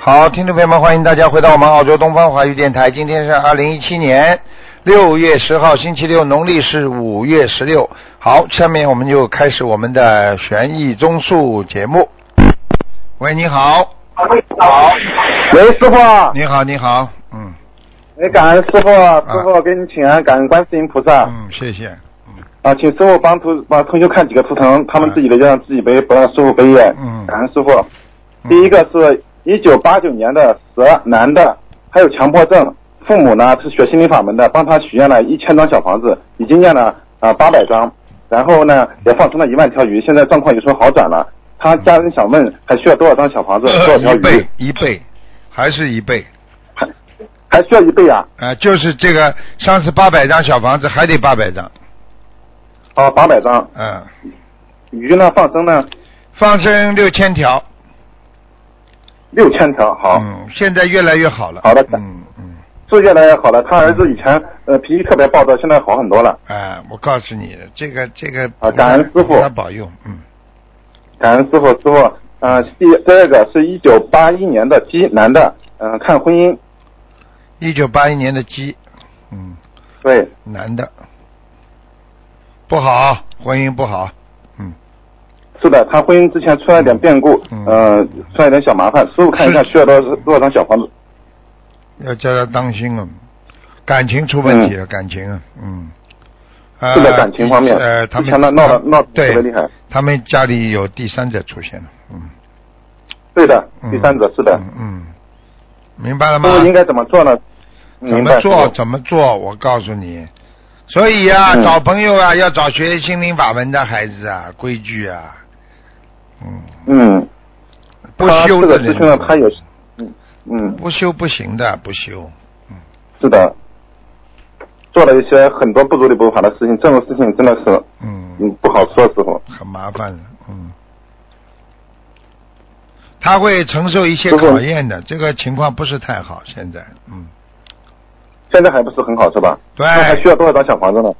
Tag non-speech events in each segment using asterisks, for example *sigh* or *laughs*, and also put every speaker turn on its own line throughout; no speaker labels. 好，听众朋友们，欢迎大家回到我们澳洲东方华语电台。今天是二零一七年六月十号，星期六，农历是五月十六。好，下面我们就开始我们的悬疑综述节目。喂，你好，
好，喂，师傅，
你好，你好，嗯
你感恩师傅，师傅给你请安，感恩观世音菩萨
嗯，谢谢，
啊，请师傅帮同帮同学看几个图腾，他们自己的要让自己背，不让师傅背耶。
嗯
感恩师傅。第一个是一九八九年的蛇男的，还有强迫症，父母呢是学心灵法门的，帮他许愿了一千张小房子，已经念了啊八百张，然后呢也放生了一万条鱼，现在状况有所好转了。他家人想问还需要多少张小房子，多少
嗯
条
一
鱼
倍？一倍，还是一倍
还还需要一倍啊？
啊、就是这个上次八百张小房子还得八百张，
哦，八百张。
嗯、
鱼呢放生呢
放生六千条，
六千条，好，
嗯，现在越来越好了，
好的
嗯嗯。
是越来越好了。他儿子以前呃脾气特别暴躁，现在好很多了。
啊，我告诉你，这个这个
啊感恩师傅
他保佑，嗯，
感恩师傅，师傅，呃，第第二个是一九八一年的鸡男的，嗯、看婚姻，
一九八一年的鸡，嗯，
对，
男的，不好，婚姻不好，嗯，
是的，他婚姻之前出了点变故，
嗯
呃，出了点小麻烦，师傅看一下
是
需要多少多少张小房子？
要叫他当心啊，感情出问题了，感情啊，嗯，啊
是的，感情方面，
呃，他
之前呢
们
闹得闹得
对
特别厉害，
他们家里有第三者出现了，嗯，
对的，
嗯
第三者是的，
嗯嗯，明白了吗？
师傅应该怎么做呢？
怎
明白
么做
师傅
怎么做，我告诉你。所以啊，
嗯
找朋友啊，要找学心灵法门的孩子啊，规矩啊，嗯，
嗯，
不
他
修
这
的
个师
人
兄呢，他有，嗯嗯，
不修不行的，不修。
是的，做了一些很多不如理不法的事情，这种事情真的是
嗯，
嗯不好说，师傅。
很麻烦的，嗯，他会承受一些
师傅
考验的，这个情况不是太好，现在，嗯，
现在还不是很好是吧？
对，
那还需要多少张小房子呢？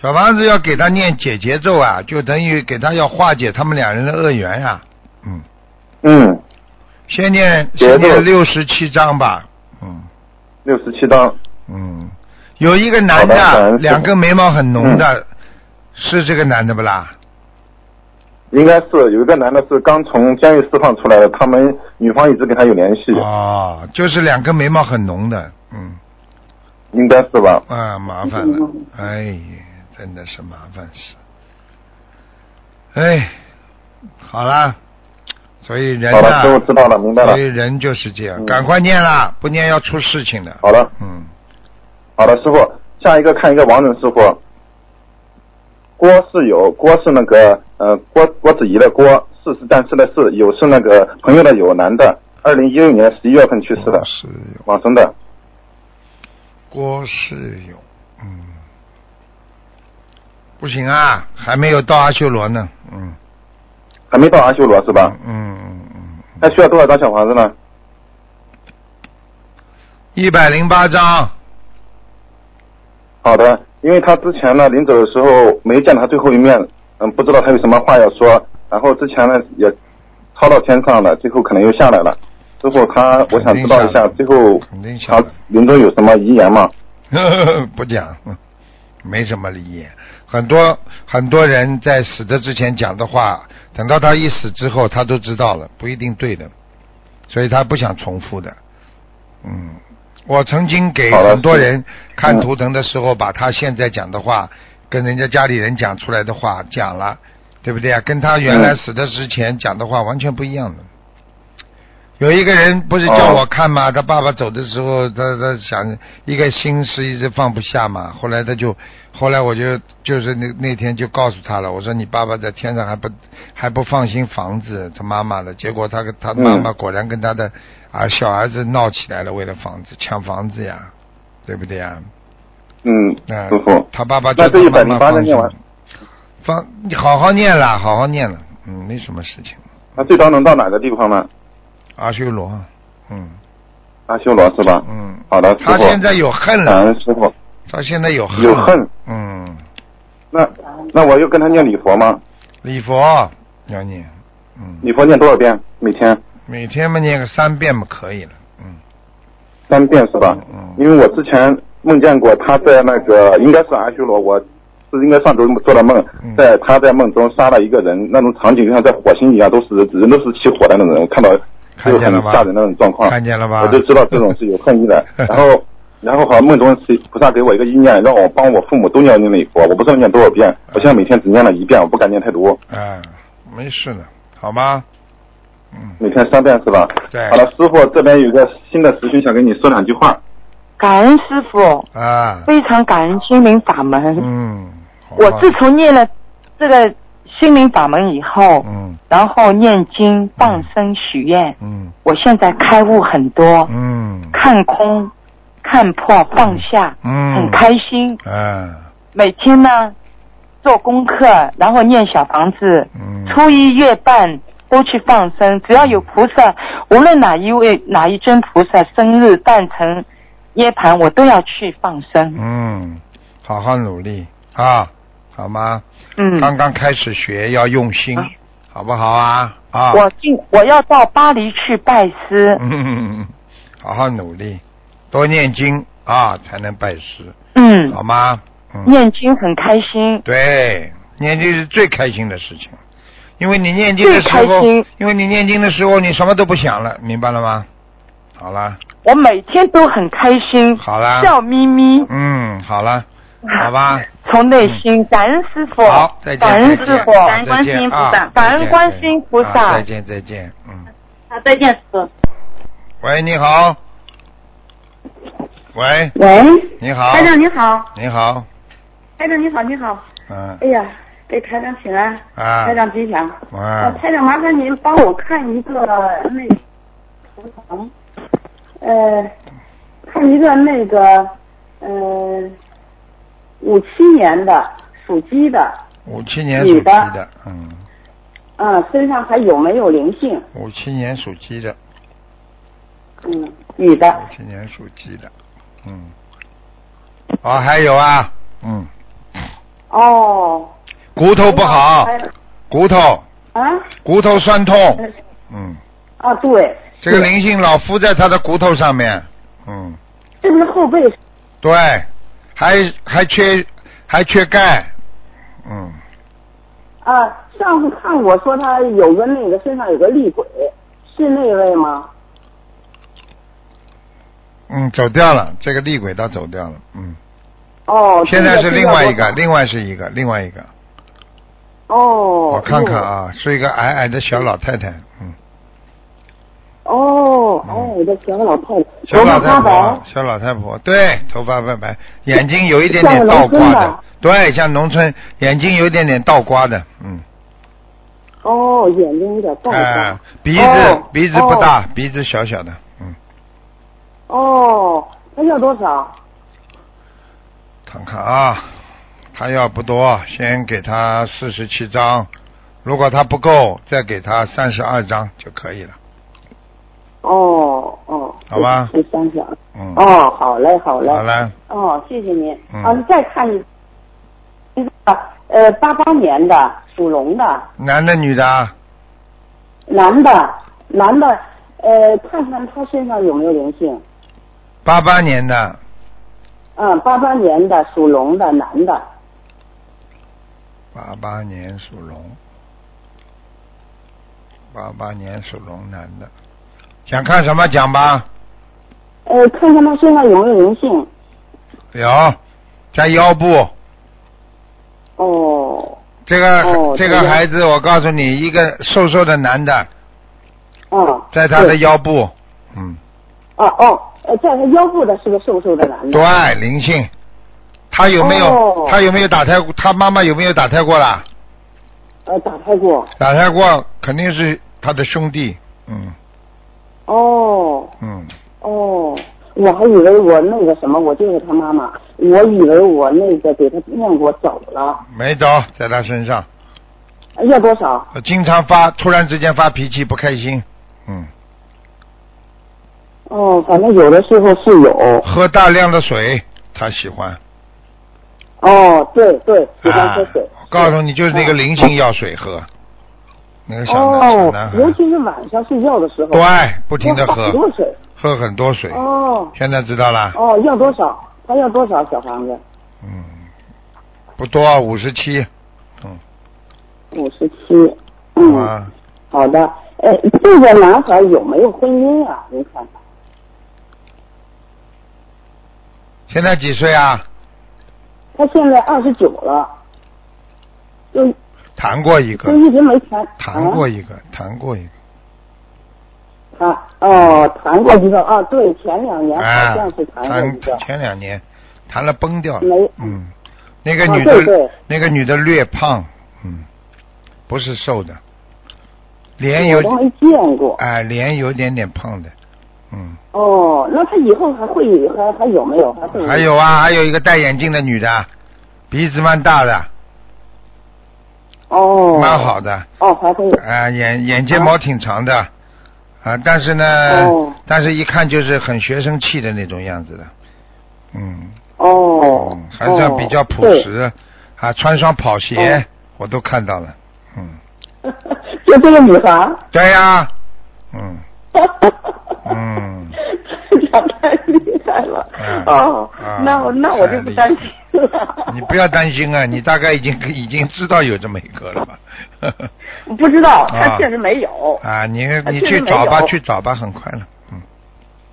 小房子要给他念解结咒啊，就等于给他要化解他们两人的恶缘呀、嗯，
嗯，
先念
结
先
咒
念六十七章吧，嗯。
六十七张。
嗯，有一个男
好的感恩师
的，
傅嗯
两根眉毛很浓的，是这个男的不啦？
应该是有一个男的是刚从监狱释放出来的，他们女方一直跟他有联系，
哦，就是两根眉毛很浓的，嗯，
应该是吧？
啊，麻烦了，哎呀，真的是麻烦事，哎，好啦，所以人
好了，
呐、
师傅知道了，明白了
所以。人就是这样，
嗯
赶快念啦，不念要出事情的，
好了，
嗯，
好了，师傅，下一个看一个王人师傅，郭是有，郭是那个呃郭郭子仪的郭，是是战士的士，友是那个朋友的友，男的，二零一六年十一月份去世的
郭，世友，
往生的。
郭世友，嗯，不行啊，还没有到阿修罗呢，嗯。
还没到阿修罗是吧？
嗯嗯嗯嗯，
那需要多少张小房子呢？
一百零八章，
好的，因为他之前呢，临走的时候没见他最后一面，嗯，不知道他有什么话要说。然后之前呢也抄到天上了，最后可能又下来了。最后他，我想知道一下，最后
肯定下
他
来
临终有什么遗言吗？
了， *laughs* 不讲，嗯没什么理解。很多很多人在死的之前讲的话，等到他一死之后，他都知道了，不一定对的，所以他不想重复的。嗯，我曾经给
好的
很多人看
嗯
图腾的时候，把他现在讲的话跟人家家里人讲出来的话讲了，对不对啊？跟他原来
嗯
死的之前讲的话完全不一样的。有一个人不是叫
哦
我看吗？他爸爸走的时候，他他想一个心事一直放不下嘛。后来他就，后来我就就是那那天就告诉他了，我说你爸爸在天上还不还不放心房子他妈妈了。结果他跟他
嗯
妈妈果然跟他的啊小儿子闹起来了，为了房子抢房子呀，对不对呀？
嗯，
嗯
师傅，
他爸爸
那
叫
这一
他
百
妈
零
妈
八
放
张念完
心，放你好好念了，好好念了，嗯，没什么事情。
那最高能到哪个地方呢？
阿修罗，嗯
阿修罗是吧？
嗯，
好的，师
他现
傅，
在有恨了
感。恩师傅。
他现在有恨，
嗯有
*laughs*
恨，
嗯，
那那我又跟他念礼佛吗？
礼佛要念，嗯，
礼佛念多少遍？每天
每天嘛念个三遍嘛可以了，嗯，
三遍是吧？
嗯
因为我之前梦见过他在那个应该是阿修罗，我是应该上周做的梦
嗯，
在他在梦中杀了一个人，那种场景就像在火星一样，都是人都是起火的那种，看到
看
就
见
很
了吧
吓人的那种状况。
看见了吧？。
我就知道这种是有恨意的
*laughs*
然后，然后好像梦中是菩萨给我一个意念，让我帮我父母都念那一佛。我不知道念多少遍，
嗯
我现在每天只念了一遍，我不敢念太多，
啊，没事的，好吗？嗯，
每天三遍是吧？
对
好了，师傅这边有一个新的师兄想跟你说两句话。
感恩师傅，
啊，
非常感恩心灵法门。
嗯，好吧
我自从念了这个心灵法门以后，
嗯
然后念经、放生、许愿，
嗯
我现在开悟很多，
嗯
看空、看破、放下，
嗯，
很开心。
啊，
每天呢做功课，然后念小房子，
嗯，
初一月半都去放生，只要有菩萨，无论哪一位哪一尊菩萨生日、诞辰、涅盘，我都要去放生。
嗯，好好努力啊，好吗？
嗯，
刚刚开始学要用心
啊，
好不好啊？啊，
我进我要到巴黎去拜 *laughs* 师。
嗯，好好努力，多念经啊，才能拜师，
嗯，
好吗？嗯，
念经很开心。
对，念经是最开心的事情，因为你念经的时
最开
候
心，
因为你念经的时候，你什么都不想了，明白了吗？好啦，
我每天都很开心，
好啦，
笑眯眯，
嗯，好啦，好吧，
从内心感恩师傅，
好，再见，
感恩
再
师
见
傅，
啊
感恩观世音菩萨
再见啊再见啊再
感恩观世音菩萨
见，再见，嗯，
好，啊再见，师傅。
喂，你好，喂，
喂，
你好，
台长你好，
你好，
台长你好，你好。
嗯
哎呀，给台长请安，
啊
台，长吉祥。呃
啊，
台长，麻烦您帮我看一个那图腾，呃，看一个那个呃五七年的属鸡的，
五七年属鸡
女
的
的，
嗯，
嗯、身上还有没有灵性？
五七年属鸡的，
嗯，女的。
五七年属鸡的，嗯，哦，还有啊，嗯，
哦。
骨头不好，
还有
骨头
啊
骨头酸痛，
呃
嗯，
啊，对。
这个
对
灵性老附在他的骨头上面，嗯。
是不是后背？
对，还还缺还缺钙，嗯，
啊，上次看我说他有个那个身上有个厉鬼，是那位吗？
嗯，走掉了，这个厉鬼他走掉了，嗯，
哦，
现在
这
是
需
另
要
外
多
一个，
少
另外是一个，另外一个，
哦，
我看看啊，是一个矮矮的小老太太，嗯，
哟。哦，
嗯
哎，我的小老太太，
小
头
老
发
太
花
婆啊
白，，
小老太婆，对，头发白白，眼睛有一点
像
点
农
倒
村
挂的
的，
对，像农村，眼睛有一点点倒挂的，嗯，
哦，眼睛有点淡
哎、
淡。
鼻子
哦
鼻子不大，鼻子小小的，嗯，
哦，那要多少？
看看啊，他要不多，先给他四十七张，如果他不够，再给他三十二张就可以了。
哦哦，
好吧
这三十二。
嗯，
哦，好嘞，好嘞。
好。了，
哦，谢谢您。
嗯
啊，再看一一个，呃，八八年的属龙的
男的女的啊，
男的，男的，呃，看看他身上有没有灵性。
八八年的，
嗯，八八年的属龙的男的，
八八年属龙，八八年属龙男的，想看什么讲吧？
呃，看看他身上有没有灵性。
有，在腰部。
哦，
这个、
哦
这
在
个
腰
孩子，我告诉你，一个瘦瘦的男的，
嗯，
在他的
对
腰部，嗯，
哦哦，呃，在他腰部的是个瘦瘦的男的。
对，灵性。他有没有、
哦
他有没有打胎？他妈妈有没有打胎过啦？
呃，打开过。
打胎过肯定是他的兄弟。嗯
哦
嗯，
哦，我还以为我那个什么，我就是他妈妈，我以为我那个给他念过走了，
没走，在他身上，
呃要多少？
经常发，突然之间发脾气，不开心。嗯，
哦，反正有的时候是有。
喝大量的水，他喜欢。
哦，对对，喜欢喝水
啊啊。我告诉你，就是那个
嗯
灵性。药水喝。那个小男小
哦
男，孩，
尤其是晚上睡觉的时候，
对，不停的
要
喝
很，多水。
喝很多水。
哦
现在知道啦，
哦，要多少？他要多少小房子？
嗯，不多，啊五十七，嗯，
五十七。嗯，
好啊，
*clears throat* 好的。哎，这个男孩有没有婚姻啊？您看看，
现在几岁啊？
他现在二十九了，就
谈过一个
就，一直没谈。
谈过
啊
一个，谈过一个。
谈哦，谈过一个啊，对，前两年
啊
好像是，谈过一个。
前两年谈了崩掉
没
了，嗯，那个
啊
女的、
对对
那个女的略胖，嗯，不是瘦的，脸有
我都没见过。
哎、脸有点点胖的，嗯，
哦，那他以后还会还还有没有？还会
还有啊，还有一个戴眼镜的女的，鼻子蛮大的，
哦，
蛮好的，
哦，还会
啊、眼眼睫毛挺长的，啊、但是呢，
哦
但是一看就是很学生气的那种样子的，嗯，
哦
嗯，还算比较朴
对
实，啊，穿双跑鞋、
哦
我都看到了，嗯，
*laughs* 就这个女孩儿。
对呀、嗯，嗯
*laughs* 嗯，长太厉害了
嗯。
哦
啊，
那我那我就不担心了。
你不要担心啊，你大概已经已经知道有这么一个了吧？
*laughs*
*laughs*
不知道，
啊
他确实没有。
啊，你
啊
你
确
去
实没
找吧，
有
去找吧，很快了，嗯，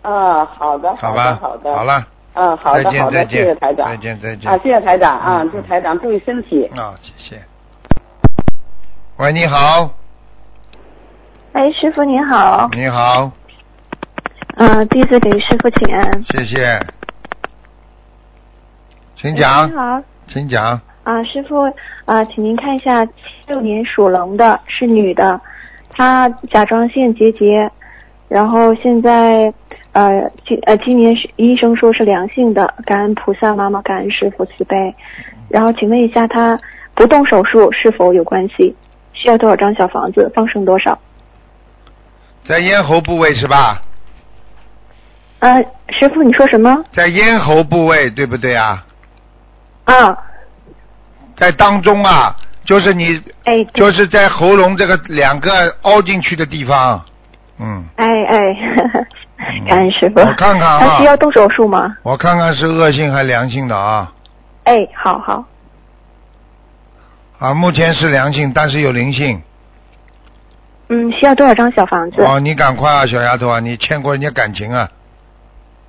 啊，好的，
好
的，
吧，
好的，
好。了，
嗯，好
再
的，
见
好
再
的，
见
谢谢台长。
再见再见
啊，谢谢台长啊
嗯，
祝台长注意身体。
啊、谢谢。喂，你好，
哎，师傅您好，
你好，
呃，弟子给师傅请安。
谢谢，请
哎
讲
您，好，
请讲，
啊，师傅，啊，请您看一下，七六年属龙的是女的，她甲状腺结节，然后现在，呃，今呃今年是医生说是良性的，感恩菩萨妈妈，感恩师傅慈悲。然后请问一下，她不动手术是否有关系？需要多少张小房子？放生多少？
在咽喉部位是吧？
呃，师傅你说什么？
在咽喉部位对不对啊？
啊，
在当中啊，就是你
哎，对
就是在喉咙这个两个凹进去的地方，嗯，
哎哎，感恩师傅。
我看看啊
他需要动手术吗？
我看看是恶性还良性的啊
哎，好好。
啊，目前是良性，但是有灵性
嗯，需要多少张小房子？啊、
哦，你赶快啊，小丫头啊，你欠过人家感情啊，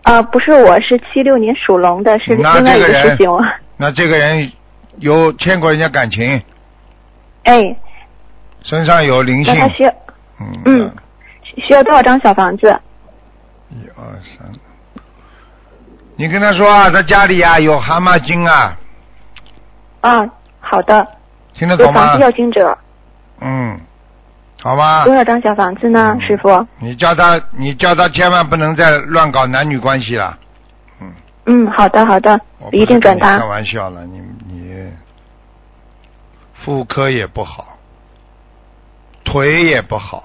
呃不是，我是七六年属龙的，是另
嗯那
外
这
一
个
个
人
师兄。
那这个人有欠过人家感情，
哎，
身上有灵
那
性
他，需要
嗯
嗯需要多少张小房子？
一二三，你跟他说啊，他家里啊有蛤蟆精啊，
啊，好的。
听得
有
懂
房
吗
子？要经者，
嗯，好吗？
多少张小房子呢，
啊嗯
师傅？
你叫他，你叫他千万不能再乱搞男女关系了。嗯，
嗯，好的好的
我，不是
一定转
跟你开
达。
玩笑了，你你妇科也不好，腿也不好。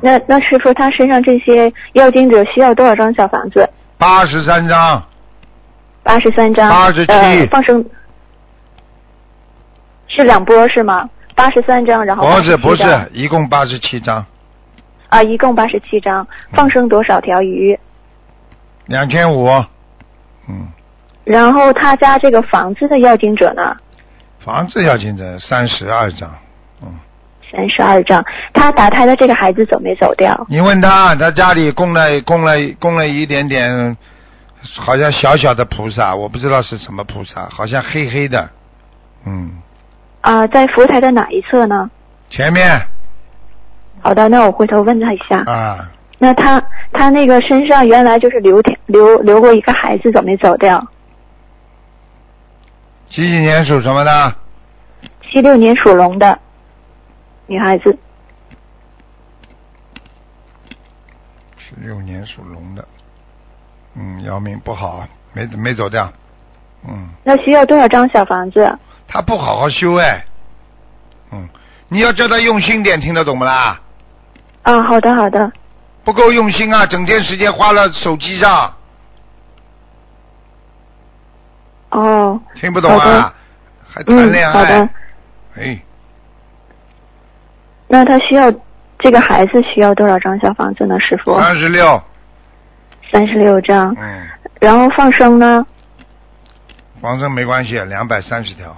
那那师傅他身上这些要经者需要多少张小房子？
八十三章，
八十三张，
87
呃、放生是两波是吗？八十三张，然后
不是
87
不
张
是，一共八十七章，
啊，一共八十七张，放生多少条鱼？
两千五。嗯，
然后他家这个房子的要经者呢，
房子要进的三十二章。嗯，
三十二张。他打胎的这个孩子走没走掉？
你问他，他家里供了供了供了一点点，好像小小的菩萨，我不知道是什么菩萨，好像黑黑的。嗯，
啊，在佛台的哪一侧呢？
前面
好的，那我回头问他一下。
啊，
那他他那个身上原来就是留条留留过一个孩子，怎么没走掉？
几几年属什么的？
七六年属龙的女孩子，
十六年属龙的。嗯，姚明不好，没没走掉。嗯，
那需要多少张小房子？
他不好好修哎。嗯，你要叫他用心点，听得懂不啦？
啊，好的好的，
不够用心啊，整天时间花了手机上，
哦，
听不懂
好的
啊？还谈
哦嗯
恋，
好
爱？
的，
哎，
那他需要这个孩子需要多少张小房子呢？师傅，
三十六，
三十六张。
啊嗯，
然后放生呢？
黄生没关系，两百三十条，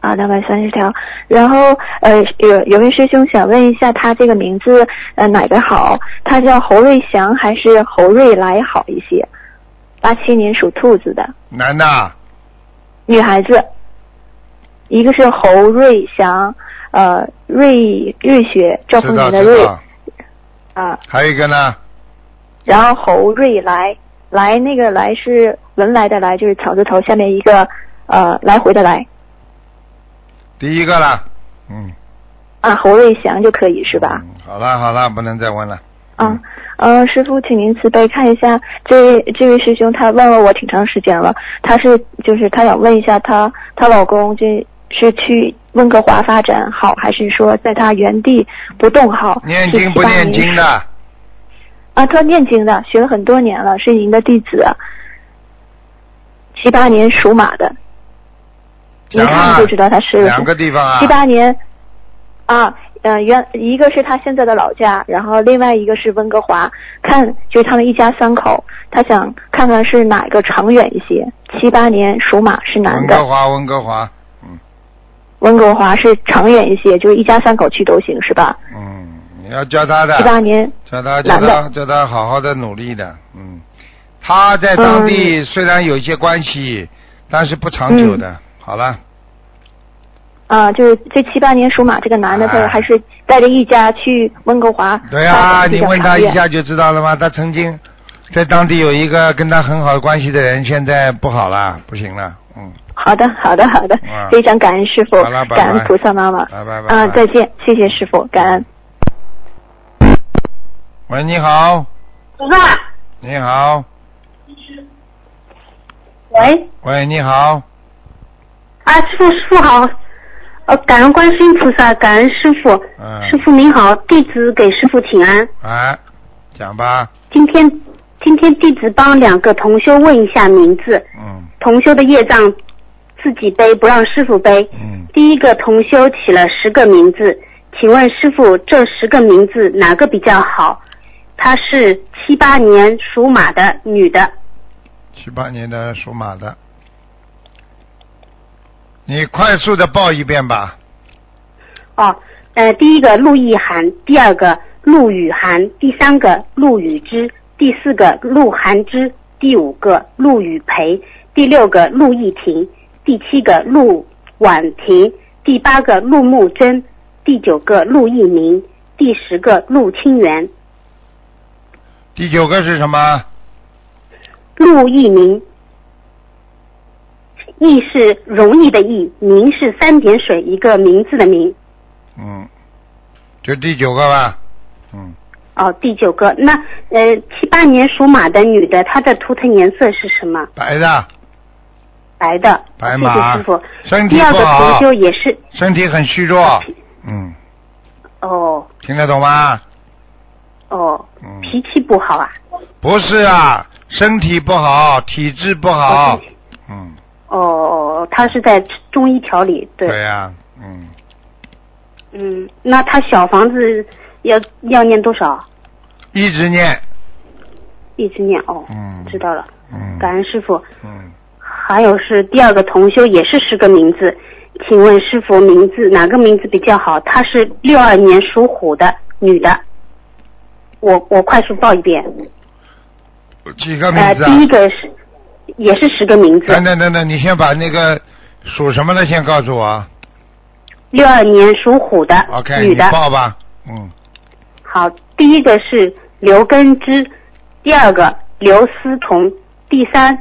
啊，两百三十条。然后呃，有有位师兄想问一下，他这个名字呃哪个好？他叫侯瑞祥还是侯瑞来好一些？八七年属兔子的
男的啊，
女孩子，一个是侯瑞祥，呃，瑞瑞雪赵
知
丰
道
年的
知
瑞
道。
啊，
还有一个呢，
然后侯瑞来来那个来是文来的来，就是草字头下面一个呃来回的来
第一个啦，嗯，
啊，侯瑞祥就可以是吧？
嗯好了好了，不能再问了。嗯
啊，呃，师傅，请您慈悲看一下这位这位师兄，他问了我挺长时间了，他是就是他想问一下他她老公这是去温哥华发展好，还是说在他原地不动好？
念
是
经不
78
念
年
经的？
啊，他念经的，学了很多年了，是您的弟子，七八年属马的，一
讲啊
看就知道他是
两个地方啊
七，八年啊，呃，原一个是他现在的老家，然后另外一个是温哥华，看就是他们一家三口，他想看看是哪个长远一些。七八年属马是男
温
的
哥，华温哥华，嗯
温哥华是长远一些，就是一家三口去都行是吧？
嗯，你要教他的
七，八年
叫他叫
男的
他叫他好好的努力的，嗯，他在当
嗯
地虽然有一些关系，但是不长久的。
嗯
好了，
啊，就是这七八年属马这个男的，
哎
他还是带着一家去温哥华。
对啊，
发展比
你
较
问他
长
一
远
下就知道了吗？他曾经在当地有一个跟他很好的关系的人，现在不好了，不行了，嗯，
好的，好的，好的
啊，
非常感恩师傅，
好了拜拜
感恩菩萨妈妈。
拜拜拜拜。
啊，再见，谢谢师傅，感恩。
喂，你好，
菩萨，
你好，
喂，
喂，你好，
啊，师傅，师傅好，呃，感恩观世音菩萨，感恩师傅，
嗯，
师傅您好，弟子给师傅请安。
哎，讲吧，
今天今天弟子帮两个同修问一下名字，
嗯
同修的业障自己背，不让师傅背。
嗯，
第一个同修起了十个名字，请问师傅这十个名字哪个比较好？她是七八年属马的女的，
七八年的属马的，你快速的报一遍吧，
哦，呃，第一个陆亦涵，第二个陆雨涵，第三个陆雨之，第四个陆涵之，第五个陆雨培，第六个陆亦婷，第七个陆婉婷，第八个陆木真，第九个陆一鸣，第十个陆清源，
第九个是什么？
陆一鸣。易是容易的易，名是三点水一个名字的名。
嗯，就第九个吧，嗯，
哦，第九个，那呃，七八年属马的女的，她的图腾颜色是什么？
白的，
白的。
白马
谢谢师傅。
身体
第二
不
个同
好，
修也是，
身体很虚弱，嗯，
哦
听得懂吗？
哦，
嗯，
脾气不好啊。
不是啊，身体不好，体质不
哦
好
身，
嗯，
哦哦，她是在中医调理，对。
对呀、嗯。
嗯，那她小房子要要念多少？
一直念，
一直念哦。
嗯
知道了，
嗯，
感恩师傅。
嗯，
还有是第二个同修也是十个名字，请问师傅名字哪个名字比较好？她是六二年属虎的女的，我我快速报一遍，
嗯几个名
呃，
字
第一
啊？哎
个是也是十个名字，
等等等等，你先把那个属什么的先告诉我啊
六二年属虎的
，OK，
女
你
的，
报吧，嗯，
好，第一个是刘根枝，第二个刘思彤，第三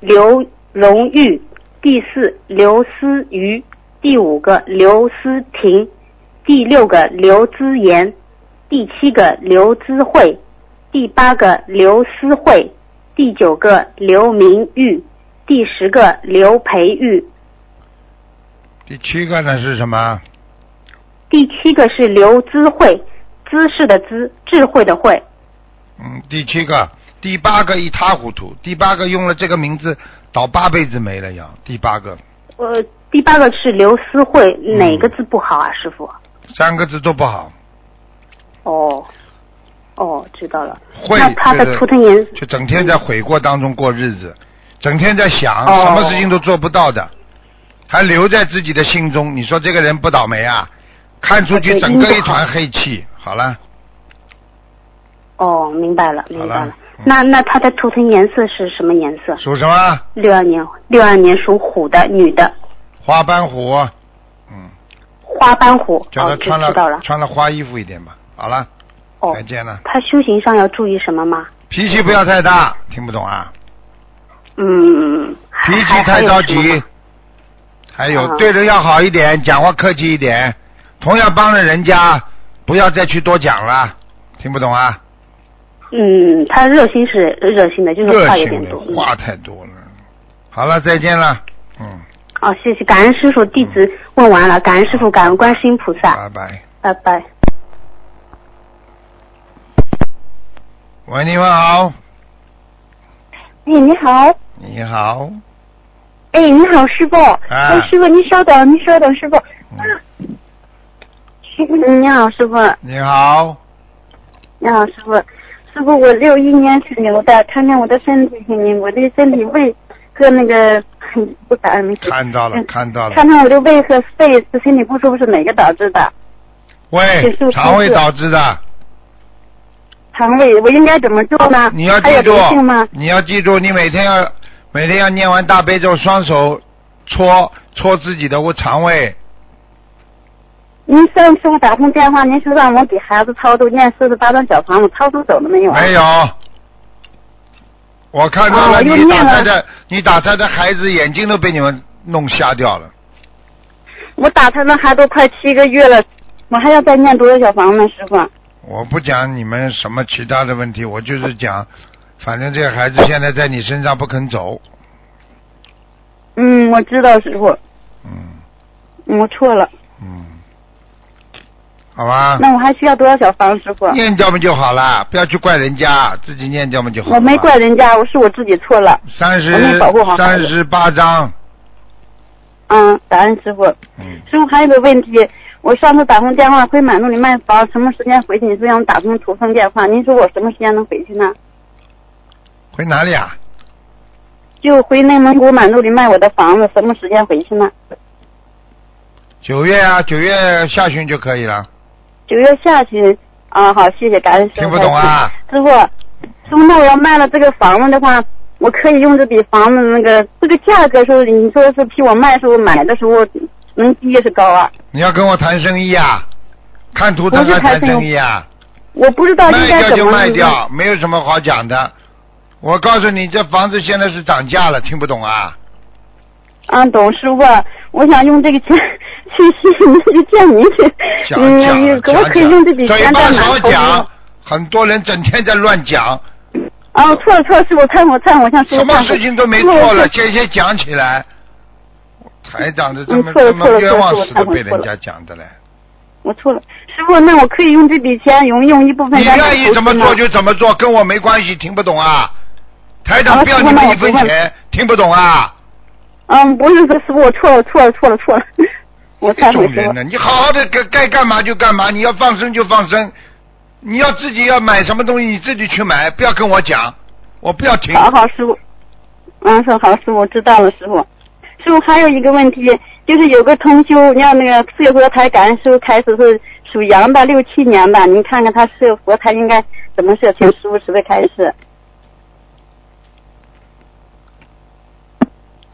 刘荣玉，第四刘思瑜，第五个刘思婷，第六个刘姿妍，第七个刘姿慧，第八个刘思慧，第九个刘明玉，第十个刘培玉，
第七个呢是什么？
第七个是刘姿慧，姿势的姿，智慧的慧。
嗯，第七个，第八个一塌糊涂，第八个用了这个名字倒八辈子霉了要，第八个嗯
呃，第八个是刘思慧，哪个字不好啊，师傅？
三个字都不好，
哦，哦，知道了。
会
那他
就
的
是
图腾颜色
就整天在悔过当中过日子，整天在想
哦
什么事情都做不到的，还留在自己的心中。你说这个人不倒霉啊？看出去
对
整个
因
一
果
团黑气。好了，
哦，明白了，明
好
白
了
了。
嗯
那那他的图腾颜色是什么颜色？
属什么？
六二年，六二年属虎的女的，
花斑虎。嗯，
花斑虎。
叫
哦，
他
知
穿了,、
知道了。
穿了花衣服一点吧。好了，
哦
再，见了。
他修行上要注意什么吗？
脾气不要太大，听不懂啊？
嗯，
脾
还
气
还还
太
有
着
什么
急
吗。
还有、
嗯
对人要好一点，讲话客气一点，同样帮了人家，不要再去多讲了，听不懂啊？
嗯，他热心是热心的，就是
热
话有
情
点
的
多。嗯
话太多了。好了，再见了，嗯，
哦，谢谢，感恩师傅，弟子问完了，感恩师傅，感恩观世音菩萨，
拜拜。
拜拜。
喂，你们好，
哎，你好，
你好，
哎，你好，师傅。哎，师傅，您稍等，您稍等，师傅。
嗯
师傅，你好，师傅，
你好，
你好，师傅。师傅，我六一年属牛的，看看我的身体行吗？我的身体胃和那个不敢没事。
看到了，
嗯
看到了。
看看我的胃和肺是身体不舒服是哪个导致的？
喂
是是，
肠胃
是
导致
啊
的，
肠胃，我应该怎么做呢？
你要
还
记
有
住
毒性吗？，
你要记住，你每天要每天要念完大悲咒，双手搓搓自己的肠胃。
您上次我打通电话，您说让我给孩子超度念四十八张小房子，超度走了没有啊？
没有，我看到了
哦又
你打
念了
胎的，你打胎的孩子眼睛都被你们弄瞎掉了。
我打他那孩都快七个月了，我还要再念多少小房呢，师傅？
我不讲你们什么其他的问题，我就是讲，反正这个孩子现在在你身上不肯走，
嗯，我知道师傅，
嗯
嗯我错了。
嗯，好吧，
那我还需要多少小房，师傅？
念掉嘛就好了，不要去怪人家，自己念掉嘛就好了。
我没怪。人家，我是我自己错了。
三
我
十
们保护好孩
三
子
十八章，
嗯，感恩师傅。
嗯，
师傅还有个问题，我上次打通电话回满洲里卖房，什么时间回去？你说让我打通途分电话，您说我什么时间能回去呢？
回哪里啊？
就回内蒙古满洲里卖我的房子，什么时间回去呢？
九月啊，九月下旬就可以了。
九月下旬啊，好，谢谢，感恩师傅。
听不懂啊？
师傅，师傅，那我要卖了这个房子的话，我可以用这笔房子那个这个价格说，你说是比我卖时候买的时候能低是高啊？
你要跟我谈生意啊？看图腾
不
还
是
谈
谈
生意啊？
我不知道应
卖
该
掉
怎
就
么
卖掉，没有什么好讲的。我告诉你，这房子现在是涨价了，听不懂啊？
啊，懂师傅，我想用这个钱 *laughs* 去去去见您去，
讲讲
嗯，可
讲
不可以用这笔
嘴
钱
巴
再买
少
投资
讲，很多人整天在乱讲，
啊，错了错了，师傅，忏悔忏悔，我向师
什
傅忏
么
悔。
事情都没
师傅
做
我
了，
错
先先讲起来。台长是这么
嗯错了
这么
错了
冤枉
错了
似的
错了
被人家讲的嘞。
我错了，师傅，那我可以用这笔钱，用用一部分
你
再买
愿意
投
怎么
资吗
做就怎么做，跟我没关系，听不懂啊？台长
好
不要
师
你
傅那
们
我
一分
不问
钱，听不懂啊？
嗯，不是，师傅，我错了，错了，错了，错了， *laughs* 我
这
忏悔
种
师
人呢，
傅。
你好好的该该干嘛就干嘛，你要放生就放生，你要自己要买什么东西你自己去买，不要跟我讲，我不要听。
好好，师傅。嗯，说好，师傅，我知道了，师傅。师傅还有一个问题，就是有个同修，你看那个四月佛台感恩师傅开始是属羊的，六七年的，您看看他是佛台应该怎么设，请师傅慈悲开示。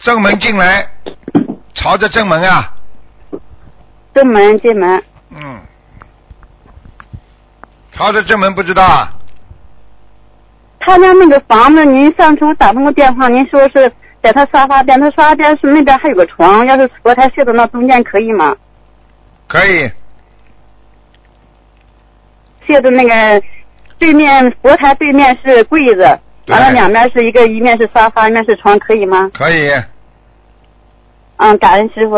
正门进来，朝着正门啊，
正门进门，
嗯，朝着正门不知道啊，
他家那个房子，您上次我打通过电话，您说是在他沙发边，他沙发边是那边还有个床，要是佛台设到那中间可以吗？
可以，
借的那个对面佛台对面是柜子，
对
完了两边是一个一面是沙发，一面是床，可以吗？
可以，
嗯，感恩师傅。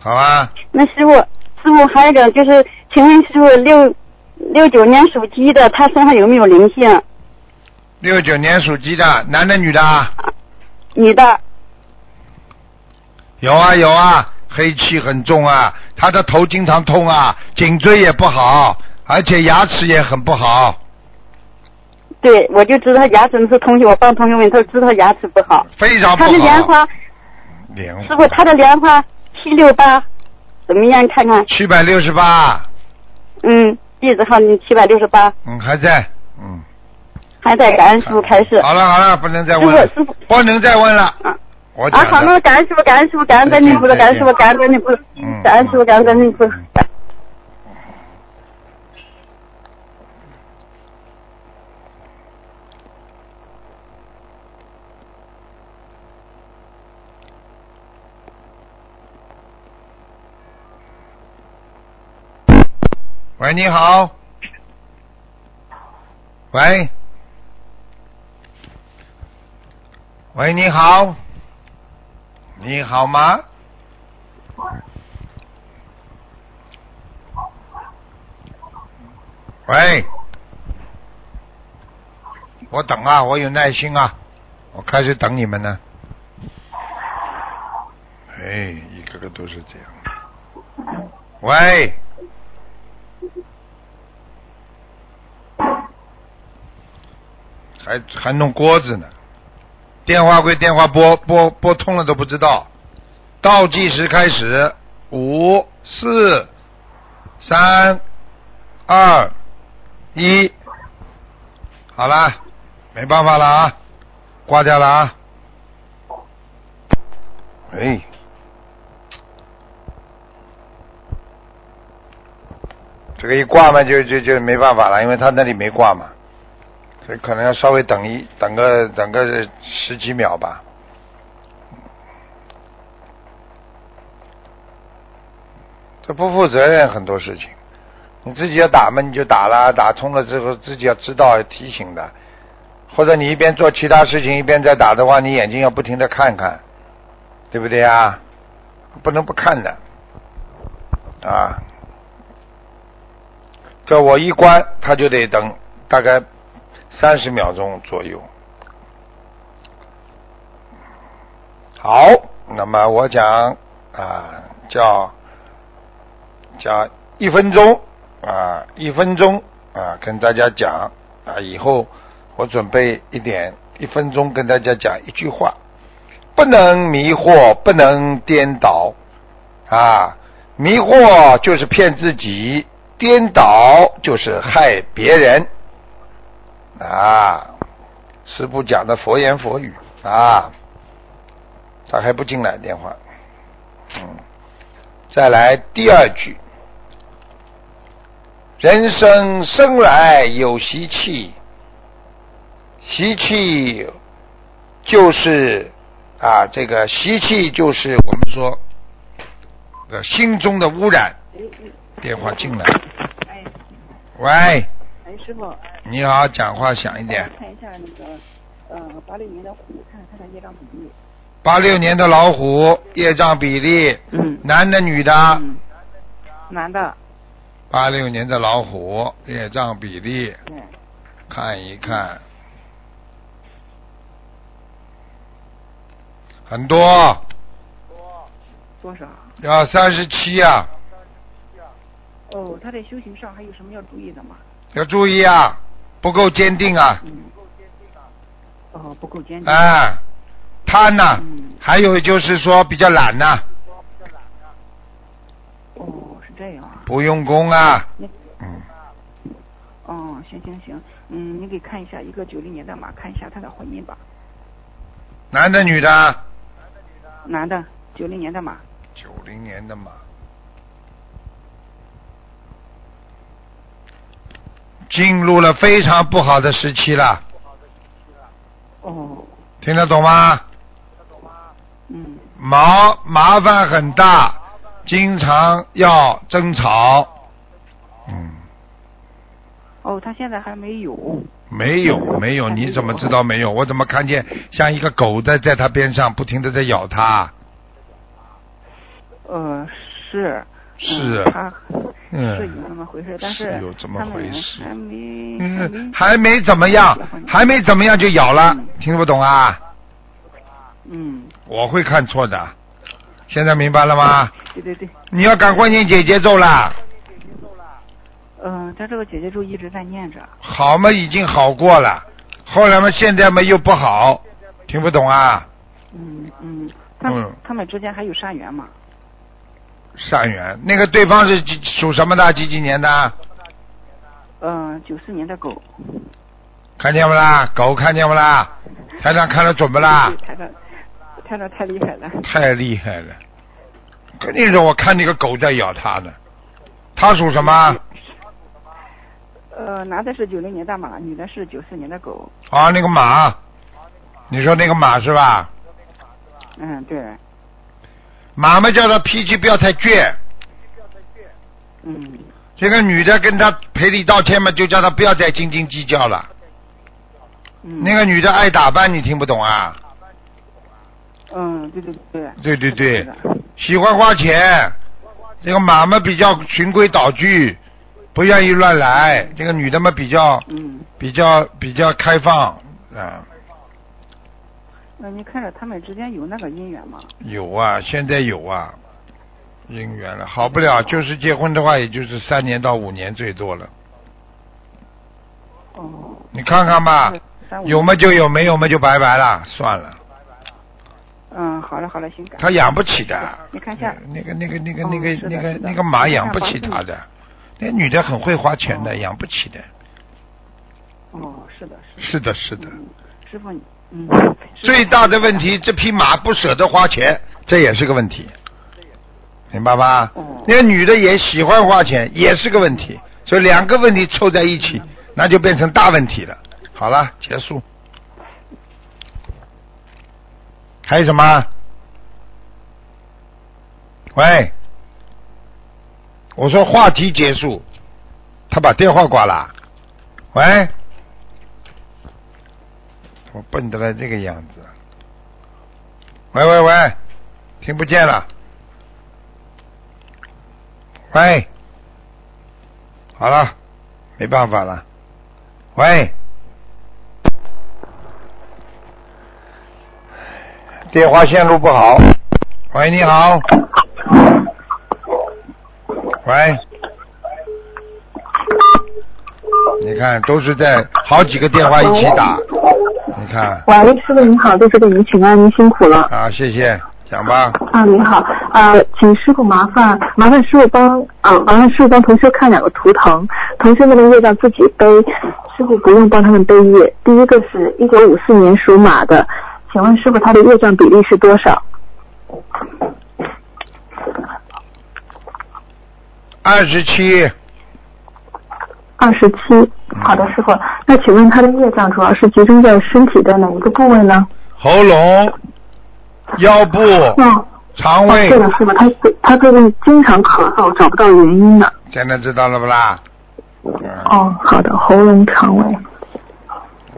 好啊，
那师傅，师傅还有一个就是，请问师傅六六九年属鸡的，他身上有没有灵性？
六九年属鸡的，男的女的啊？
女的，
有啊有啊，黑气很重啊，他的头经常痛啊，颈椎也不好，而且牙齿也很不好，
对，我就知道他牙齿是同学，我帮同学问，他知道他牙齿不好。
非常不
他
好。嗯
的莲花，
莲
师傅，他的莲花七六八怎么样？看看，
七百六十八，
嗯，地址号七百六十八，
嗯，还在，嗯。
还在感恩师傅开示。
好了好了，不能再问了
师，傅，师
不能再问了。
啊
我
傅，啊
讲，
好，那
的，
感恩师傅，感恩师傅，感恩观世音菩萨，感恩师傅，感恩观世音菩萨，
嗯
感恩师傅，感恩观世音菩萨。
喂，你好。喂。喂，你好。你好吗？喂。我等啊，我有耐心啊，我开始等你们呢。哎，一个个都是这样。喂。还还弄锅子呢。电话归电话拨拨拨通了都不知道。倒计时开始，五、四、三、二、一，好啦，没办法了啊，挂掉了啊。哎，这个一挂嘛，就就就没办法了，因为他那里没挂嘛。所以可能要稍微等一等个等个十几秒吧。这不负责任，很多事情，你自己要打嘛，你就打啦，打通了之后自己要知道要提醒的，或者你一边做其他事情一边在打的话，你眼睛要不停的看看，对不对啊？不能不看的，啊，这我一关他就得等大概三十秒钟左右。好，那么我讲啊，叫叫一分钟啊，一分钟啊，跟大家讲啊，以后我准备一点一分钟跟大家讲一句话，不能迷惑，不能颠倒啊，迷惑就是骗自己，颠倒就是害别人。啊，师傅讲的佛言佛语啊，他还不进来电话，嗯，再来第二句，人生生来有习气，习气就是啊，这个习气就是我们说，呃，心中的污染。电话进来，喂，
哎，师傅，哎
你好好讲话响一点。
看一下那个，呃，八六年的虎，看看他的业障比例。
八六年的老虎，业障比例，
嗯
男的女的？
嗯，男的，
八六年的老虎，业障比例，
对，
看一看，很多，
多少？
要三十七啊，
哦，他在修行上还有什么要注意的吗？
要注意啊，不够坚定啊，
嗯，哦，不够坚定。
啊，贪呐、
嗯
还有就是说比较懒呐、
哦，是这样啊。
不用功啊，
那，
嗯，
哦，行行行，嗯，你给看一下一个九零年的马，看一下他的婚姻吧。
男的女的？
男的，九零年的马，
九零年的马，进入了非常不好的时期了，
哦，
听得懂吗？
嗯，
毛麻烦很大，经常要争吵。嗯，
哦，他现在还没有。
没有没有，你怎么知道没有？我怎么看见像一个狗在在他边上不停的在咬他？
呃，是。
是
嗯、他是有
嗯，
那么回事，但
是
是
有这么
他们
回事
还没还没
嗯，还没怎么样，还没怎么样就咬了，听不懂啊？
嗯，
我会看错的，现在明白了吗？
对对对，
你要赶快念姐姐咒啦。
嗯、他这个姐姐咒一直在念着，
好嘛，已经好过了，后来嘛，现在嘛又不好，听不懂啊？
嗯嗯，他
嗯
他们之间还有善缘嘛？
善缘，那个对方是几属什么的？几几年的？
嗯、九四年的狗，
看见不啦？狗看见不啦？台长看得准不啦
对？台长，台长太厉害了，
太厉害了！跟你说，我看那个狗在咬他呢。他属什么？
呃，男的是九零年的马，女的是九四年的狗，
啊，那个马。你说那个马是吧？
嗯，对，
马嘛叫他脾气不要太倔。
嗯，
这个女的跟他赔礼道歉嘛，就叫他不要再斤斤计较了。
嗯
那个女的爱打扮，你听不懂啊？
嗯，对对对，
对对对
是的是的
喜欢花钱，这个马嘛比较循规蹈矩，不愿意乱来。这个女的嘛比较
嗯，
比较比较开放啊，
那你看着他们之间有那个姻缘吗？
有啊，现在有啊，姻缘了，好不了，
嗯
就是结婚的话，也就是三年到五年最多了。
哦，
你看看吧，
三五
有嘛就有，没有嘛就拜拜了，算了，
嗯，好了好了，行，感
他养不起的。呃
你看一下，
那个那个那个
哦
那个
是的
那
是
个
的嗯
那个马养不起他的，那女的很会花钱的，
哦
养不起的。
哦，是的是的，
是的，嗯是的。
嗯，师傅，嗯，师傅
最大的问题，这匹马不舍得花钱，这也是个问题，明白吧
哦？
那个女的也喜欢花钱，也是个问题，所以两个问题凑在一起，那就变成大问题了。好了，结束。还有什么？喂，我说话题结束，他把电话挂了。喂，我笨得来这个样子。喂喂喂，听不见了。喂，好了，没办法了。喂，电话线路不好。喂，你好。喂，你看都是在好几个电话一起打，你看
喂，师傅您好，弟子给您请安，您辛苦了。
啊，谢谢，讲吧。
啊，您好，啊，请师傅麻烦麻烦师傅帮啊，麻烦师傅帮同学看两个图腾，同学们的业障自己背，师傅不用帮他们背业。第一个是一九五四年属马的，请问师傅他的业障比例是多少？
二十七，
二十七。好的，师傅，那请问他的业障主要是集中在身体的哪一个部位呢？
喉咙、腰部、
那、
肠
哦
胃
对，了，师傅，他他最近经常咳嗽，找不到原因呢。
现在知道了不啦？嗯，
哦，好的，喉咙、肠胃。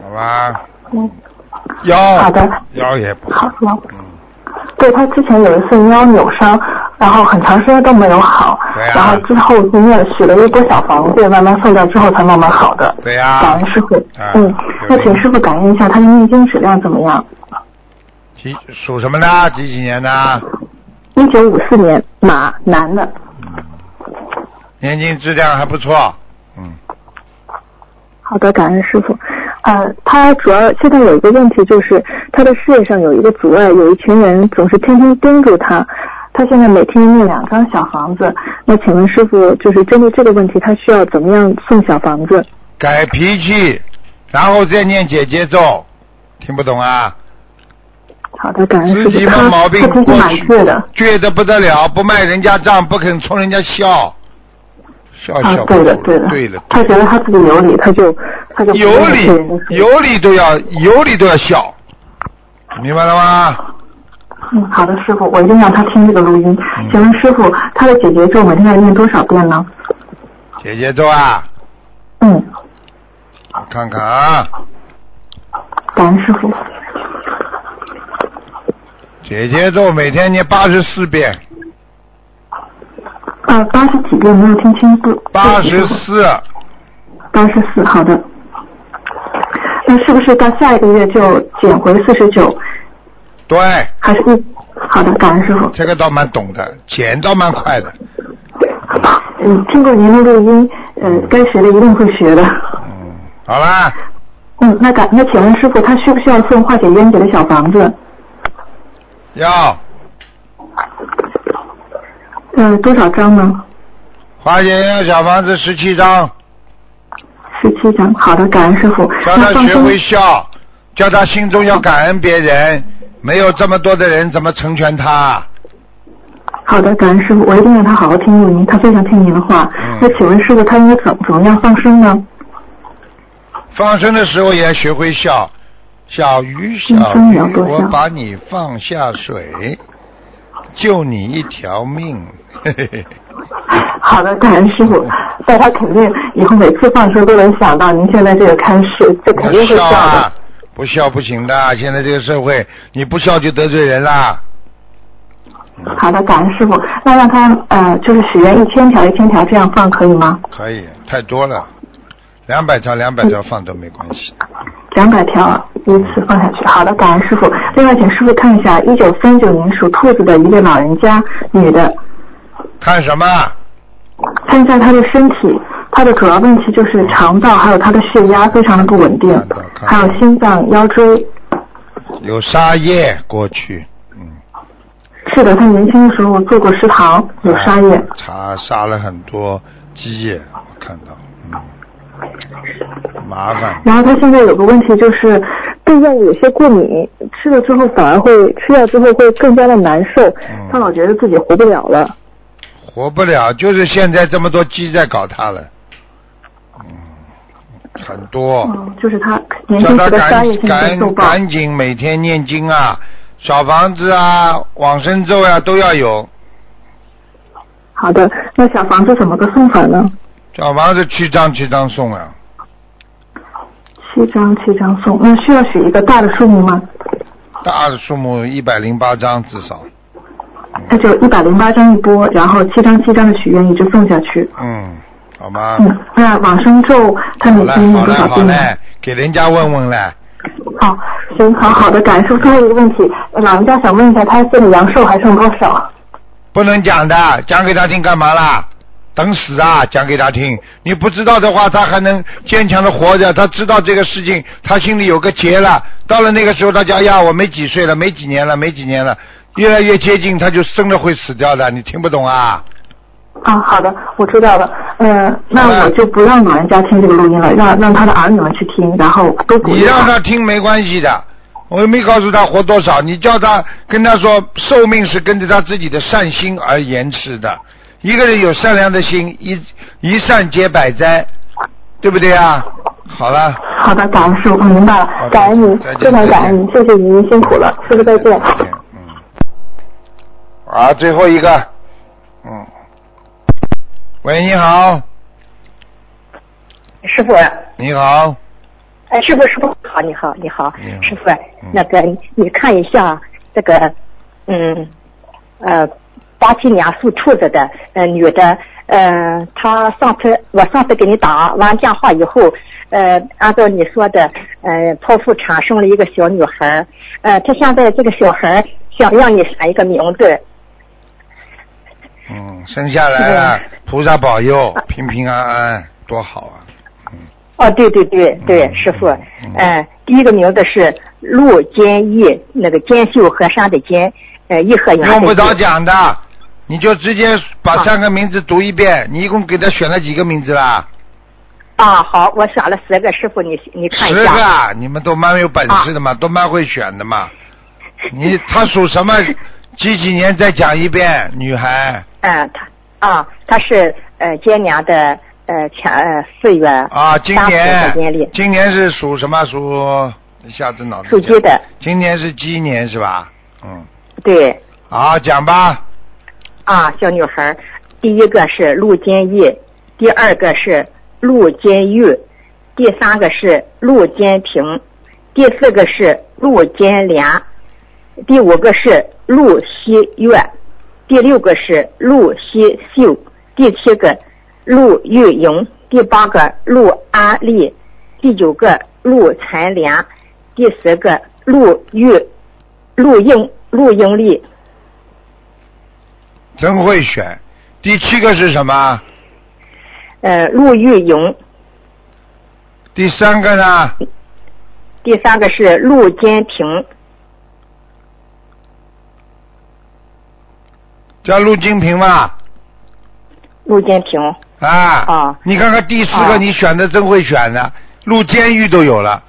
好吧。
嗯，好
腰
的，
腰也不
好
好，，
行。
嗯，
对他之前有一次腰扭伤，然后很长时间都没有好，
对啊
然后之后就念许了一波小房子，慢慢送掉之后才慢慢好的。
对呀、
感恩师傅，
啊
嗯，那
对
请师傅感应一下他的念经质量怎么样？
几属什么的？几几年的？
一九五四年马男的，
年轻质量还不错，嗯，
好的，感恩师傅。呃，他主要现在有一个问题，就是他的事业上有一个阻碍，有一群人总是天天盯住他。他现在每天念两张小房子，那请问师傅，就是针对这个问题，他需要怎么样送小房子？
改脾气，然后再念姐姐咒，听不懂啊？
好嗯的，感恩师
自
傅。
己
他
嘛毛病
他平时
过
蛮
去
倔的，啊，
倔得不得了，不卖人家账，不肯冲人家笑，笑笑不
啊对的，
住
对的，
对了，
他觉得他自己有理，他就他就不
有
愿意
理嗯
对人家说
有理都要有理都要笑，明白了吗？
嗯，好的，师傅，我一定让他听这个录音
嗯。
请问师傅，他的姐姐咒每天要念多少遍呢？
姐姐咒啊，
嗯，
我看看啊，
感恩师傅。
姐姐咒每天念八十四遍，
呃，八十几遍没有听清楚。
八十四，
八十四，好的。那是不是到下一个月就减回四十九，
对，
还是一
好的，感恩师傅。
这个倒蛮懂的，剪倒蛮快的。
嗯，经过您的录音，呃，该学的一定会学的。
好啦，
嗯，那感那请问师傅，他需不需要送化解冤结的小房子？
要
嗯、多少张呢？
花姐要小房子十七张，
十七张。好的，感恩师傅。
教他
那放
学
生
微笑，教他心中要感恩别人，没有这么多的人怎么成全他？
好的，感恩师傅，我一定让他好好听录音，他非常听您的话。
嗯
那请问师傅，他应该怎怎么样放生呢？
放生的时候也要学会笑，小鱼
嗯
小
真的
鱼
要，多
我
笑
把你放下水，救你一条命。
*laughs*
嘿嘿嘿
好的，感恩师傅。但他肯定以后每次放生都能想到您现在这个开始，这肯定会
笑
笑的。
啊，不笑不行的。现在这个社会，你不笑就得罪人啦。
好的，感恩师傅。那让他呃，就是许愿一千条一千条这样放可以吗？
可以，太多了，两百条两百条放都没关系。
两百条啊依次放下去。好的，感恩师傅。另外，请师傅看一下一九三九年属兔子的一位老人家，女的，
看什么？
看一下她的身体，她的主要问题就是肠道还有她的血压非常的不稳定，还有心脏、腰椎。
有沙叶过去，嗯
是的，她年轻的时候做过食堂，有沙叶。
啊查杀了很多鸡叶，我看到，嗯，麻烦。
然后她现在有个问题就是对药物有些过敏，吃了之后反而会吃药之后会更加的难受，她老觉得自己活不了了。
活不了，就是现在这么多鸡在搞他了，嗯，很多。
嗯，就是她年
叫
轻
他
时的沙
赶
叶现在受
赶
报。
赶紧每天念经啊，小房子啊，往生咒呀、都要有。
好的，那小房子怎么个送法呢？
小房子七张七张送啊，
七张七张送，那需要许一个大的数目吗？
大的数目一百零八张至少。
那就一百零八张一波，然后七张七张的许愿一直送下去。
嗯，好吗？
嗯，那往生咒他
好
每
嘞，
天念
好
多
嘞，
少
好
遍呢？
嘞，给人家问问嘞。
好，行，好好的感受。最后一个问题，老人家想问一下，他现在阳寿还剩多少？
不能讲的，讲给他听干嘛啦？等死啊！讲给他听，你不知道的话，他还能坚强的活着。他知道这个事情，他心里有个结了。到了那个时候，他讲呀，我没几岁了，没几年了，没几年了，越来越接近，他就真的会死掉的。你听不懂啊？
啊，好的，我知道了。嗯，那我就不让老人家听这个录音了，让让他的儿女们去听，然后都鼓
*laughs* 你
励
让
他。
他听没关系的，我又没告诉他活多少，你叫他跟他说，寿命是跟着他自己的善心而延迟的。一个人有善良的心，一一善解百灾，对不对啊？好了。
好的，感恩师傅，嗯明白了，感恩您
再，见
非常
再见
感恩您，谢谢您，辛苦了，师傅再见。
啊，嗯最后一个，嗯，喂，你好，
师傅，
你好，
哎，师傅，师傅好，你好，你好，
你好
师傅，
嗯
那个你看一下这个，嗯，呃，八七年属兔子的，呃，女的，呃，她上次我上次给你打完电话以后，呃，按照你说的，呃，剖腹产生了一个小女孩儿，呃，她现在这个小孩儿想让你选一个名字，
嗯，生下来了，菩萨保佑，平平安安，多好啊！
哦，对对对对，
嗯
师傅，呃，第一个名字是陆坚义，那个坚秀河山的坚，呃，颐和园的
用不着
义
讲的，你就直接把三个名字读一遍。你一共给他选了几个名字啦？
啊。好，我选了十个，师傅你你看
十
一下。啊
个啊，你们都蛮有本事的嘛，都蛮会选的嘛。你他属什么？几几年再讲一遍，女孩
嗯，他啊，他是呃今年的呃前呃四月
啊，今
八十的
年今年是属什么？属一下子脑子
属鸡
讲
的，
今年是鸡年是吧？嗯，
对
好，讲吧。
啊，小女孩儿，第一个是陆坚义，第二个是陆坚玉，第三个是陆坚平，第四个是陆坚良，第五个是陆西月，第六个是陆西秀，第七个陆玉莹，第八个陆安丽，第九个陆才良，第十个陆玉陆英陆英丽，
真会选。第七个是什么？
呃，陆玉莹。
第三个呢？
第三个是陆坚平，
叫陆金平吧？
陆坚平。
啊。啊。你看看第四个，
啊
你选的真会选的，入监狱都有了。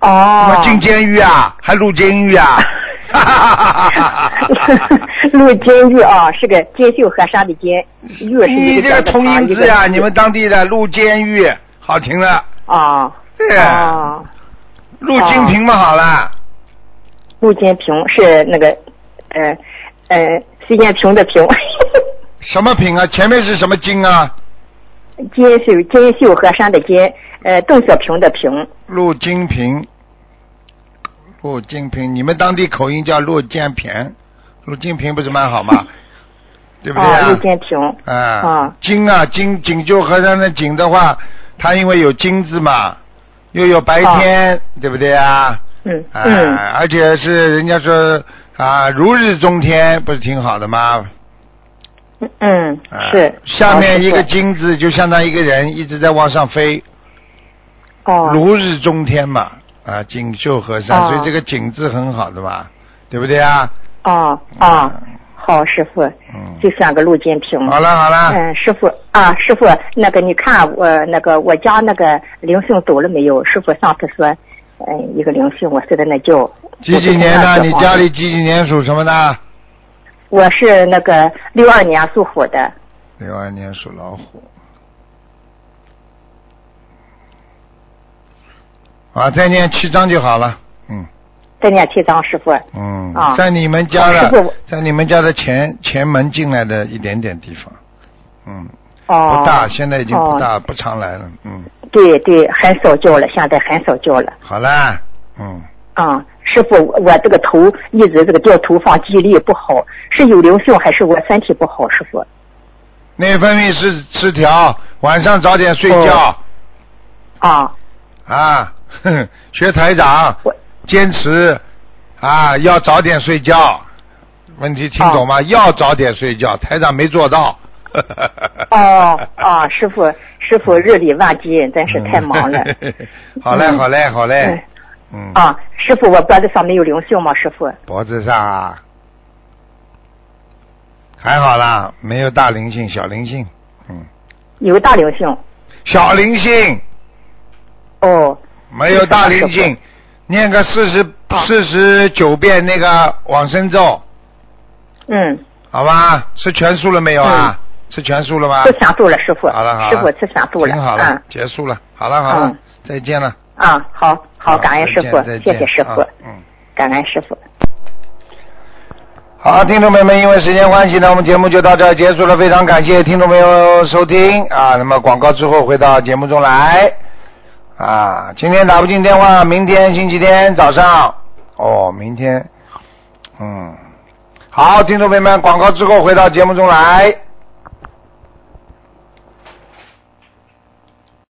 哦
我 *laughs* 进监狱啊，还入监狱
*laughs*
啊？
陆监狱啊，是个监秀河山的监，狱是
你
一
这
个
个
角的
同
旁
音
一
字呀、
*laughs* 个
你们当地的入监狱，好听了。
啊
对
啊，
入金平嘛，好了。
陆建平是那个呃呃徐建平的 *laughs* 平，
什么平啊？前面是什么金啊？
监秀监秀河山的监，呃邓小平的平，
陆金平，陆金平，你们当地口音叫陆建平，陆金平不是蛮好
*laughs*
吗？对不对
啊
啊
陆？建平
啊，
啊
金啊金锦绣河山的锦的话，它因为有金字嘛，又有白天，对不对啊？
嗯
啊，
嗯
而且是人家说啊，如日中天，不是挺好的吗？
嗯
啊、
是
下面一个
啊是
金字就相当于一个人一直在往上飞，
哦
如日中天嘛，啊，锦绣河山，
哦
所以这个锦字很好的嘛，对不对啊？嗯
啊啊
哦
好师傅，就像个陆建平。
好了好了，
嗯，师傅啊，师傅，那个你看我那个我家那个灵性走了没有？师傅上次说，嗯，一个灵性我是在那叫。
几几年
我
的？
是
你家里？几几年属什么的？
我是那个六二年属虎的。
六二年属老虎。啊，再念七章就好了。嗯
再念七张，师傅。
嗯，
啊
在你们家
啊师
的
傅，
在你们家的前前门进来的一点点地方，嗯，
哦。
不大，现在已经不
哦。
大，不常来了。嗯，
对对，很少叫了，现在很少叫了。
好啦，嗯，
啊、师傅，我我这个头一直这个掉头发，记忆力不好，是有灵性还是我身体不好？师傅。
内分泌失失调，晚上早点睡
哦
觉
啊
啊， *laughs* 哼，学台长，坚持啊，要早点睡觉。问题听懂吗？要早点睡觉，台长没做到。
哦啊，师傅，师傅日理万机，真是太忙了。
*laughs* 好嘞，
嗯
好嘞，好 *laughs* 嘞。嗯，
啊，师傅，我脖子上没有灵性吗？师傅？
脖子上啊，还好啦，没有大灵性，小灵性，嗯
有大灵性。
小灵性。
哦。
没有大灵性，念个四十四十九遍那个往生咒，
嗯，
好吧？吃全素了没有啊？吃全素了吗？
吃全素了，师傅。
啊好了好了
师傅吃全素了。
挺好了
嗯，
结束了，好了好了，再见了。
啊，好好，感恩
再
师
见
傅
再，
谢
见
谢师傅
啊，嗯，
感恩师傅。
好，听众朋友们，因为时间关系呢，我们节目就到这儿结束了。非常感谢听众朋友收听啊。那么广告之后回到节目中来啊。今天打不进电话，明天星期天早上哦，明天嗯，好，听众朋友们，广告之后回到节目中来。